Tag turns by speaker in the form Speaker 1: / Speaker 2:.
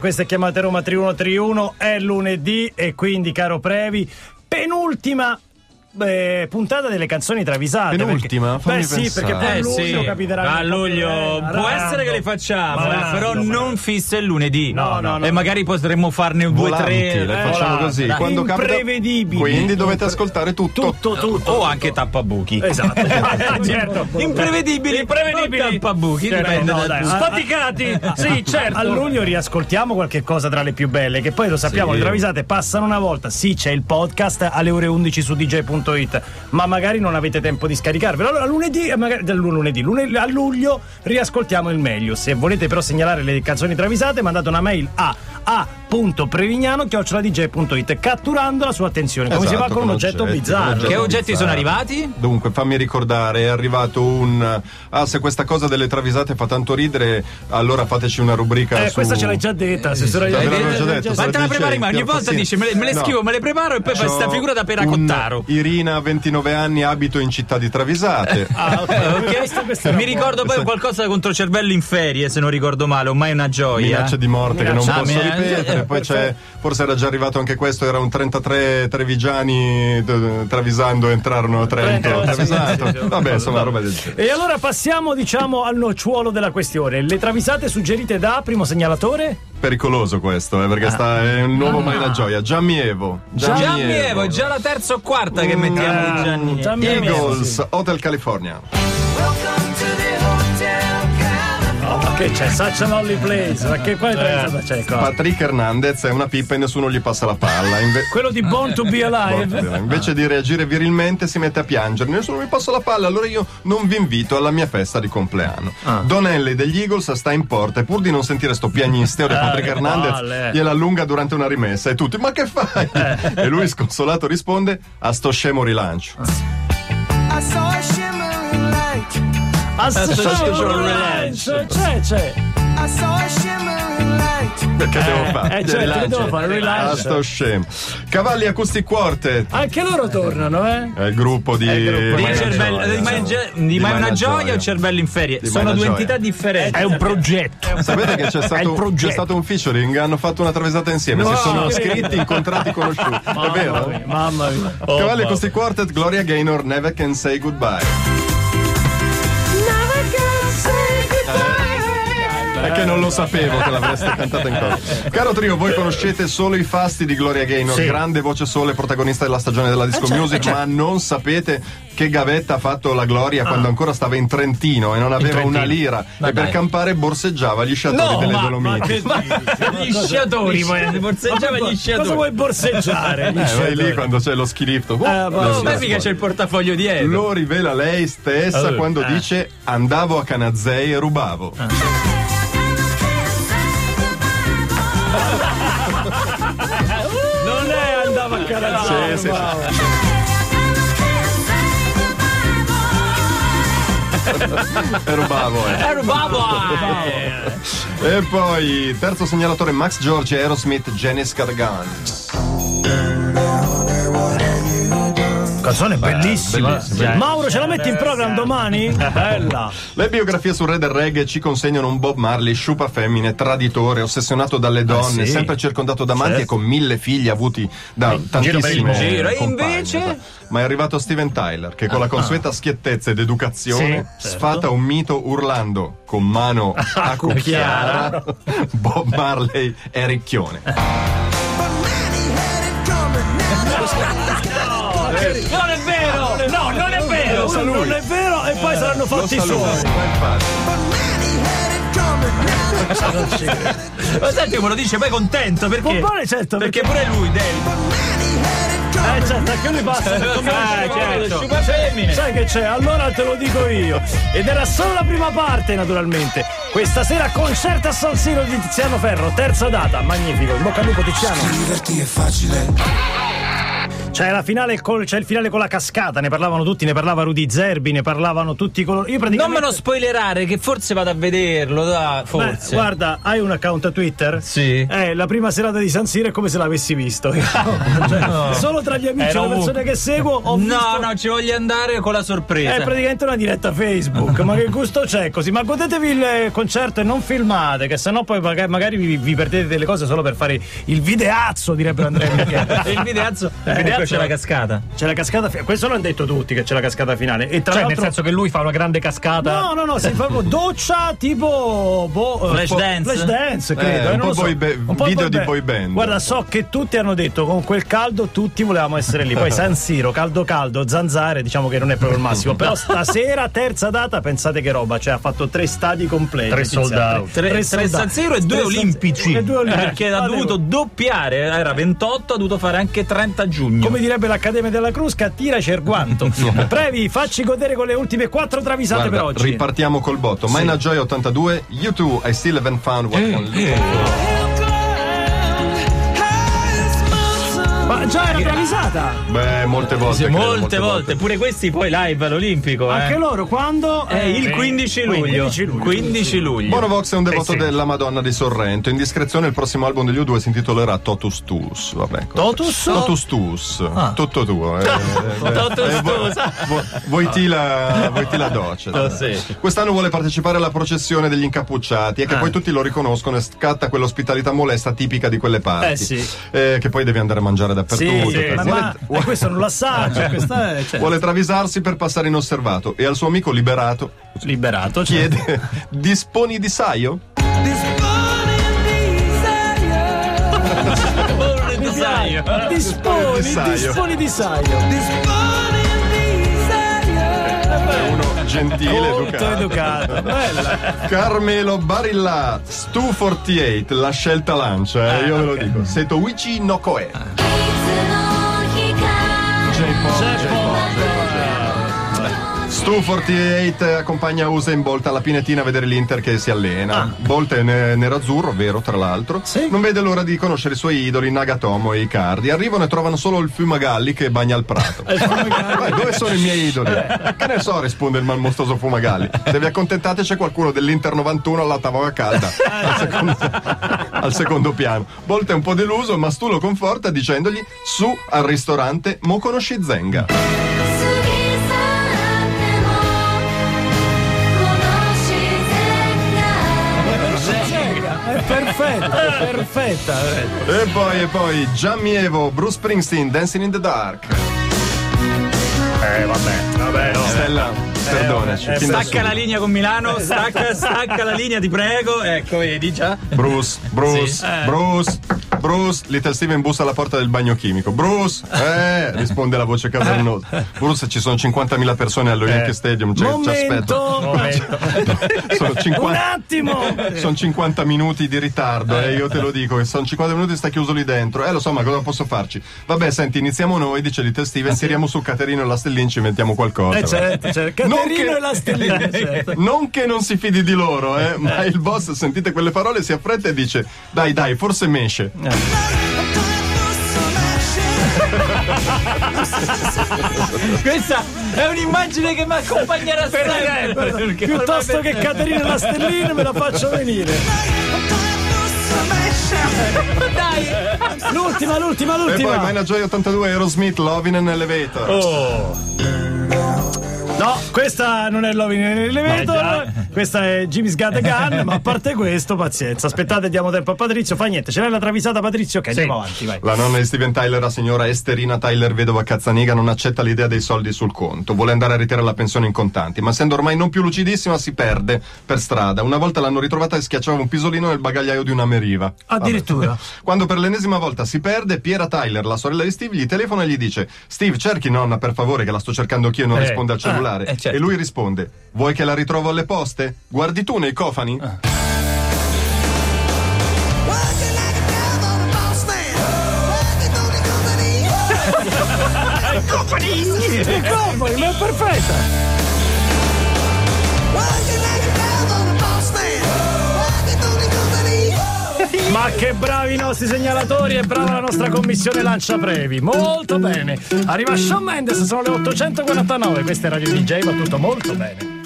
Speaker 1: Questa è chiamata Roma 3131, è lunedì e quindi, caro Previ, penultima eh, puntata delle canzoni travisate.
Speaker 2: Penultima?
Speaker 1: Perché, beh
Speaker 2: Fammi
Speaker 1: sì,
Speaker 2: pensare.
Speaker 1: perché poi a
Speaker 3: Eh,
Speaker 1: luglio
Speaker 3: sì.
Speaker 1: capiterà...
Speaker 3: a
Speaker 1: che proprio-
Speaker 3: luglio
Speaker 1: eh,
Speaker 3: può
Speaker 1: arando.
Speaker 3: essere che le facciamo,
Speaker 1: Ma
Speaker 3: eh,
Speaker 1: arando,
Speaker 3: però
Speaker 1: ma-
Speaker 3: non fisse il lunedì.
Speaker 1: No, no, no.
Speaker 3: E magari potremmo farne due,
Speaker 2: Volanti,
Speaker 3: tre.
Speaker 2: le
Speaker 3: eh,
Speaker 2: facciamo
Speaker 3: volanti,
Speaker 2: così.
Speaker 3: dai.
Speaker 2: Quando capita-
Speaker 1: Imprevedibili.
Speaker 2: Quindi dovete ascoltare tutto.
Speaker 1: Tutto, tutto.
Speaker 3: O anche tappabuchi.
Speaker 1: Esatto, Eh, certo.
Speaker 3: Imprevedibili,
Speaker 4: Ah, Imprevedibili.
Speaker 3: non tappabuchi,
Speaker 1: Certo,
Speaker 3: dipende
Speaker 1: no,
Speaker 3: da
Speaker 1: dai,
Speaker 3: tu.
Speaker 1: ah,
Speaker 4: Sfaticati! Sì, certo!
Speaker 1: A luglio riascoltiamo qualche cosa tra le più belle, che poi lo sappiamo, le travisate passano una volta, sì c'è il podcast alle ore 11 su dj.it, ma magari non avete tempo di scaricarvelo. Allora lunedì, eh, magari del lunedì, lune- a luglio riascoltiamo il meglio. Se volete però segnalare le canzoni travisate mandate una mail a a.prevignano.dj.it catturando la sua attenzione, come si
Speaker 2: Esatto,
Speaker 1: fa con un oggetto
Speaker 2: oggetti,
Speaker 1: bizzarro.
Speaker 2: con
Speaker 3: Che
Speaker 2: oggetti
Speaker 3: oggetti sono
Speaker 2: bizzarri.
Speaker 3: arrivati?
Speaker 2: Dunque, fammi ricordare, è arrivato un ah se questa cosa delle travisate fa tanto ridere, allora fateci una rubrica
Speaker 1: Eh,
Speaker 2: su
Speaker 1: questa ce l'hai già detta, se sono-
Speaker 2: Ve
Speaker 3: Eh,
Speaker 2: l'avevo già
Speaker 3: eh,
Speaker 2: detto,
Speaker 3: ma
Speaker 2: se
Speaker 3: te
Speaker 2: lo
Speaker 3: la
Speaker 2: dice
Speaker 3: prepari mai? Ogni
Speaker 2: Pier
Speaker 3: volta
Speaker 2: Fassino.
Speaker 3: dice me le, me le
Speaker 2: No.
Speaker 3: scrivo, me le preparo e poi fa
Speaker 2: C'ho
Speaker 3: sta figura da peracottaro.
Speaker 2: un- Irina, 29 anni, abito in città di Travisate.
Speaker 3: Ah, ok, ok.
Speaker 1: Questo- questo era
Speaker 3: Mi
Speaker 1: buono.
Speaker 3: ricordo poi qualcosa contro cervello in ferie, se non ricordo male, o mai una gioia.
Speaker 2: Minaccia di morte che non
Speaker 3: eh, Minaccia-
Speaker 2: posso
Speaker 3: Ah, minaccia-
Speaker 2: ripetere.
Speaker 3: eh,
Speaker 2: Poi c'è, forse era già arrivato anche questo. Era un 33 trevigiani eh, travisando, entrarono a Trento.
Speaker 1: Eh, sì, sì, sì.
Speaker 2: Travisato. Vabbè, insomma, roba del genere.
Speaker 1: E allora passiamo diciamo al nocciuolo della questione. Le travisate suggerite da primo segnalatore?
Speaker 2: Pericoloso questo, eh, perché
Speaker 3: Ah.
Speaker 2: sta, è un nuovo mai la gioia. Giammievo.
Speaker 3: Giannievo, è già la terza o quarta
Speaker 2: Mm,
Speaker 3: che mettiamo
Speaker 2: eh,
Speaker 3: di Giannievo.
Speaker 1: Ah, Gianni
Speaker 2: Eagles, Hotel California.
Speaker 5: Welcome to the Hotel California.
Speaker 1: Ma che c'è? Such an only place. Ma che quale
Speaker 2: Eh.
Speaker 1: travisata c'è qua?
Speaker 2: Patrick Hernandez è una pippa e nessuno gli passa la palla. Inve-
Speaker 1: Quello di Born to be Alive?
Speaker 2: Invece di reagire virilmente si mette a piangere. Nessuno mi passa la palla, allora io non vi invito alla mia festa di compleanno.
Speaker 1: Ah.
Speaker 2: Donelli degli Eagles sta in porta e pur di non sentire sto piagnisteo di Patrick
Speaker 1: Eh, che
Speaker 2: Hernandez,
Speaker 1: palle.
Speaker 2: gliela allunga durante una rimessa e tutti, ma che fai?
Speaker 1: Eh.
Speaker 2: E lui sconsolato risponde a sto scemo rilancio.
Speaker 1: Ah.
Speaker 5: I saw a shimmering light.
Speaker 1: Ah, Association Ranch! C'è, c'è!
Speaker 5: I saw a shimmering light.
Speaker 2: Perché devo fare?
Speaker 1: eh, certo,
Speaker 2: Rilancio.
Speaker 1: devo fare, rilancio.
Speaker 2: A Ah, sto scemo. Cavalli Acoustic Quartet.
Speaker 1: Anche loro tornano, eh?
Speaker 2: È il gruppo di,
Speaker 3: Di,
Speaker 2: Mai una
Speaker 3: cervello-
Speaker 2: gioia.
Speaker 3: di mai, ge- di mai una gioia, o cervello in ferie?
Speaker 2: Di mai
Speaker 3: Sono
Speaker 2: una
Speaker 3: due
Speaker 2: gioia. Eh,
Speaker 3: entità differenti.
Speaker 4: un progetto.
Speaker 1: Eh,
Speaker 2: Sapete che
Speaker 4: È
Speaker 2: c'è
Speaker 4: il
Speaker 2: stato,
Speaker 4: progetto.
Speaker 2: c'è stato un featuring, hanno fatto una travisata insieme, si sono iscritti, incontrati, conosciuti. È
Speaker 1: Mamma
Speaker 2: vero?
Speaker 1: mia, mamma mia.
Speaker 2: Cavalli Acoustic Quartet, Gloria Gaynor, Never Can Say Goodbye.
Speaker 5: Never gonna say goodbye.
Speaker 2: È che non lo sapevo che l'avreste cantata in coro. Caro trio, voi conoscete solo i fasti di Gloria Gaynor, grande voce sole, protagonista della stagione della disco music, ma non sapete che gavetta ha fatto la Gloria quando ancora stava in Trentino e non aveva una lira e per campare borseggiava gli sciatori delle Dolomiti. Eh,
Speaker 3: gli sciatori, poi, borseggiava
Speaker 1: Cosa
Speaker 3: gli
Speaker 1: vuoi
Speaker 3: sciatori.
Speaker 1: borseggiare?
Speaker 2: Eh, vai lì quando c'è lo ski lift. Oh,
Speaker 1: Eh,
Speaker 2: lo
Speaker 1: vai.
Speaker 3: Oh,
Speaker 2: ski
Speaker 3: ma
Speaker 2: lift.
Speaker 3: mica c'è il portafoglio dietro.
Speaker 2: Lo rivela lei stessa quando dice andavo a Canazzei e rubavo.
Speaker 5: Ah.
Speaker 1: Non è andava a carazzare.
Speaker 2: Sì, sì, sì. E rubavo, eh.
Speaker 3: Eh, babà!
Speaker 2: E poi terzo segnalatore Max Giorgi, Aerosmith, Janis Gargan.
Speaker 1: Canzone bellissima. Mauro, ce la metti in programma domani? Bella.
Speaker 2: Le biografie sul re del reggae ci consegnano un Bob Marley sciupa femmine, traditore, ossessionato dalle donne,
Speaker 1: sì.
Speaker 2: sempre circondato da amanti
Speaker 1: Certo.
Speaker 2: e con mille figli avuti da tantissime
Speaker 3: il giro. E
Speaker 2: compagne,
Speaker 3: invece?
Speaker 2: esatto. Ma è arrivato Steven Tyler che con la consueta schiettezza ed educazione
Speaker 1: Sì, certo.
Speaker 2: sfata un mito urlando con mano a cucchiara Bob Marley è ricchione.
Speaker 5: But man, he had it coming. Now the money's got it.
Speaker 3: Non è vero! No, non è vero! Eh,
Speaker 1: Uno non è vero e poi saranno fatti i
Speaker 2: Saluto,
Speaker 1: suoi.
Speaker 2: ma infatti.
Speaker 5: But man, he had it coming. Now the money's got it.
Speaker 3: Ma senti come lo dice, poi è contento perché.
Speaker 1: Pompone, certo,
Speaker 3: Perché pure lui, Dave.
Speaker 5: But man, he had it coming.
Speaker 1: Eh certo, anche lui passa.
Speaker 3: Ah,
Speaker 1: Eh, certo.
Speaker 3: Sciupa femmine.
Speaker 1: Sai che c'è? Allora te lo dico io. Ed era solo la prima parte, naturalmente. Questa sera concerto a San Siro di Tiziano Ferro, terza data, magnifico. In bocca al lupo Tiziano.
Speaker 6: Diverti è facile.
Speaker 1: C'è, la finale col- c'è il finale con la cascata, ne parlavano tutti, ne parlava Rudy Zerbi, ne parlavano tutti coloro. Io
Speaker 6: Non
Speaker 1: praticamente.
Speaker 6: me lo spoilerare, che forse vado a vederlo, da,
Speaker 1: Beh,
Speaker 6: forse.
Speaker 1: guarda, hai un account a Twitter?
Speaker 6: Sì.
Speaker 1: Eh, la prima serata di San Siro è come se l'avessi visto. Cioè, Solo tra gli amici
Speaker 4: Era
Speaker 1: e le persone
Speaker 4: ovunque.
Speaker 1: che seguo ho
Speaker 6: No,
Speaker 1: visto.
Speaker 6: no, ci voglio andare con la sorpresa.
Speaker 1: È
Speaker 3: Eh,
Speaker 1: praticamente una diretta Facebook, ma che gusto c'è così? Ma godetevi il eh, concerto e non filmate, che sennò poi maga- magari vi, vi perdete delle cose solo per fare il videazzo, direbbero Andrea Minchia.
Speaker 6: E il videazzo, il
Speaker 1: Eh,
Speaker 6: videazzo
Speaker 1: questo-
Speaker 6: c'è la cascata.
Speaker 1: C'è la cascata finale, questo l'hanno detto tutti che c'è la cascata finale. E tra
Speaker 4: Cioè, nel
Speaker 1: l'altro.
Speaker 4: senso che lui fa una grande cascata.
Speaker 1: No, no, no, si fa proprio doccia tipo boh, eh,
Speaker 6: Flash
Speaker 1: po-
Speaker 6: dance?
Speaker 1: flash dance, credo.
Speaker 2: Eh, un
Speaker 1: non
Speaker 2: po'
Speaker 1: lo so.
Speaker 2: boy ba- video di boy band.
Speaker 1: Guarda, so che tutti hanno detto con quel caldo tutti volevamo essere lì. Poi San Siro, caldo caldo, zanzare, diciamo che non è proprio il massimo. Però stasera, terza data, pensate che roba, cioè ha fatto tre stadi completi.
Speaker 4: Tre sold out.
Speaker 6: Tre, tre
Speaker 1: sold out.
Speaker 6: San Siro e
Speaker 1: Tre
Speaker 6: due
Speaker 1: San-
Speaker 6: olimpici.
Speaker 3: Eh,
Speaker 6: Eh,
Speaker 1: e due olimpici.
Speaker 6: Perché ha
Speaker 1: Vabbè,
Speaker 6: dovuto doppiare, era 28, ha dovuto fare anche 30 giugno.
Speaker 1: Come direbbe l'Accademia della Crusca, tiraci il guanto. Previ, facci godere con le ultime quattro travisate per
Speaker 2: Guarda,
Speaker 1: oggi.
Speaker 2: ripartiamo col botto. Mina Joy 82, You Too, I Still Haven't Found What I'm Looking For.
Speaker 1: Ma già era travisata.
Speaker 2: Beh, molte volte.
Speaker 6: Sì,
Speaker 2: credo,
Speaker 6: molte volte, pure questi poi live all'Olimpico.
Speaker 1: Anche
Speaker 6: eh.
Speaker 1: loro quando
Speaker 3: Eh,
Speaker 6: È il 15 luglio.
Speaker 1: 15 luglio.
Speaker 6: 15 luglio.
Speaker 2: Bonovox è
Speaker 1: Eh,
Speaker 2: un devoto
Speaker 4: sì.
Speaker 2: della Madonna di Sorrento. In discrezione, il prossimo album degli U2 si intitolerà Totus Tus. Vabbè, cosa-
Speaker 1: Totus? Ah.
Speaker 2: Totus Tus. Tutto tuo. eh. Eh,
Speaker 6: Totus
Speaker 2: eh, vo-
Speaker 6: Tus.
Speaker 2: vo- Voi ti
Speaker 1: Ah.
Speaker 2: la voi ti la doccia.
Speaker 6: Oh, sì.
Speaker 2: Quest'anno vuole partecipare alla processione degli incappucciati e
Speaker 1: Ah.
Speaker 2: che poi tutti lo riconoscono e scatta quell'ospitalità molesta tipica di quelle parti.
Speaker 1: Eh, sì.
Speaker 2: Eh, che poi devi andare a mangiare
Speaker 1: Sì,
Speaker 2: dappertutto.
Speaker 1: sì,
Speaker 2: per-
Speaker 1: ma, ma- eh, questo non lo assaggio, questo è cioè,
Speaker 2: Vuole travisarsi per passare inosservato e al suo amico liberato
Speaker 1: liberato. cioè.
Speaker 2: chiede: Disponi di saio?
Speaker 6: Lo sai.
Speaker 1: Disponi,
Speaker 2: Di saio.
Speaker 1: disponi di saio.
Speaker 2: È uno gentile,
Speaker 6: certo.
Speaker 1: Molto
Speaker 2: educato.
Speaker 1: educato. Bella.
Speaker 2: Carmelo Barilla, Stu 48, la scelta lancia, eh,
Speaker 1: Ah,
Speaker 2: io ve lo dico. Seto Wichi no Koe. J-pop, J-pop, J-pop. Stu 48 accompagna Usa in Bolt alla Pinetina a vedere l'Inter che si allena. Bolt è ne- nerazzurro, vero tra l'altro. Non vede l'ora di conoscere i suoi idoli Nagatomo e Icardi. Arrivano e trovano solo il Fumagalli che bagna il prato. Vai, dove sono i miei idoli? Che ne so, risponde il malmostoso Fumagalli. Devi accontentate, c'è qualcuno dell'Inter 91 alla tavola calda. Al secondo, al secondo piano. Bolt è un po' deluso, ma Stu lo conforta dicendogli su al ristorante Mo conosci Zenga.
Speaker 1: È perfetta, è perfetta. veramente.
Speaker 2: E poi, e poi, Gianni Evo, Bruce Springsteen, Dancing in the Dark.
Speaker 4: Eh, vabbè, vabbè, no.
Speaker 2: Stella, perdonaci.
Speaker 1: eh,
Speaker 2: fin da
Speaker 6: Stacca la
Speaker 2: subito.
Speaker 6: linea con Milano,
Speaker 1: Esatto.
Speaker 6: stacca, stacca la linea, ti prego. Ecco, vedi già.
Speaker 2: Bruce, Bruce, Bruce, Bruce. Little Steven bussa alla porta del bagno chimico. Bruce, eh, risponde la voce cavernosa. Bruce, ci sono 50.000 persone allo Yankee Stadium. Ci, ci aspetto.
Speaker 1: Momento,
Speaker 2: Sono
Speaker 1: un
Speaker 2: 50.
Speaker 1: attimo.
Speaker 2: Sono 50 minuti di ritardo, eh, io te lo dico, che sono 50 minuti e sta chiuso lì dentro. Eh, lo so, ma cosa posso farci? Vabbè, senti, iniziamo noi, dice Little Steven, tiriamo su Caterino e la Stellin, ci inventiamo qualcosa.
Speaker 1: Ah, Eh,
Speaker 2: va.
Speaker 1: certo, certo. Caterino
Speaker 2: che-
Speaker 1: e la stellina. certo.
Speaker 2: Non che non si fidi di loro, eh, ma il boss, sentite quelle parole, si affretta e dice: Dai, dai, forse mesce.
Speaker 6: Questa è un'immagine che mi accompagnerà sempre. Perché
Speaker 1: Piuttosto che Caterina e la stellina me la faccio venire. L'ultima, l'ultima,
Speaker 2: E poi
Speaker 1: l'ultima.
Speaker 2: Mina Joy 82, Aerosmith, Lovin' and Elevator.
Speaker 1: Oh, No, questa non è Loving in Elevator, questa è Jimmy's Got a Gun, ma a parte questo, pazienza. Aspettate, diamo tempo a Patrizio, fa niente, ce l'hai la travisata Patrizio, ok, andiamo avanti, vai.
Speaker 2: La nonna di Steven Tyler, la signora Esterina Tyler, vedova Cazzaniga, non accetta l'idea dei soldi sul conto. Vuole andare a ritirare la pensione in contanti, ma essendo ormai non più lucidissima, si perde per strada. Una volta l'hanno ritrovata e schiacciava un pisolino nel bagagliaio di una meriva.
Speaker 1: Addirittura.
Speaker 2: Quando per l'ennesima volta si perde, Piera Tyler, la sorella di Steve, gli telefona e gli dice: Steve, cerchi nonna, per favore, che la sto cercando anch'io e non risponde al cellulare.
Speaker 6: eh, certo.
Speaker 2: E lui risponde: Vuoi che la ritrovo alle poste? Guardi tu nei cofani?
Speaker 6: Ah.
Speaker 1: Che cavolo, ma è perfetta!
Speaker 5: Working like a dog on a boss man. Working through the company.
Speaker 1: Ma che bravi i nostri segnalatori e brava la nostra commissione Lancia Previ. Molto bene. Arriva Shawn Mendes, sono le 849. Questa è Radio DJ, va tutto molto bene.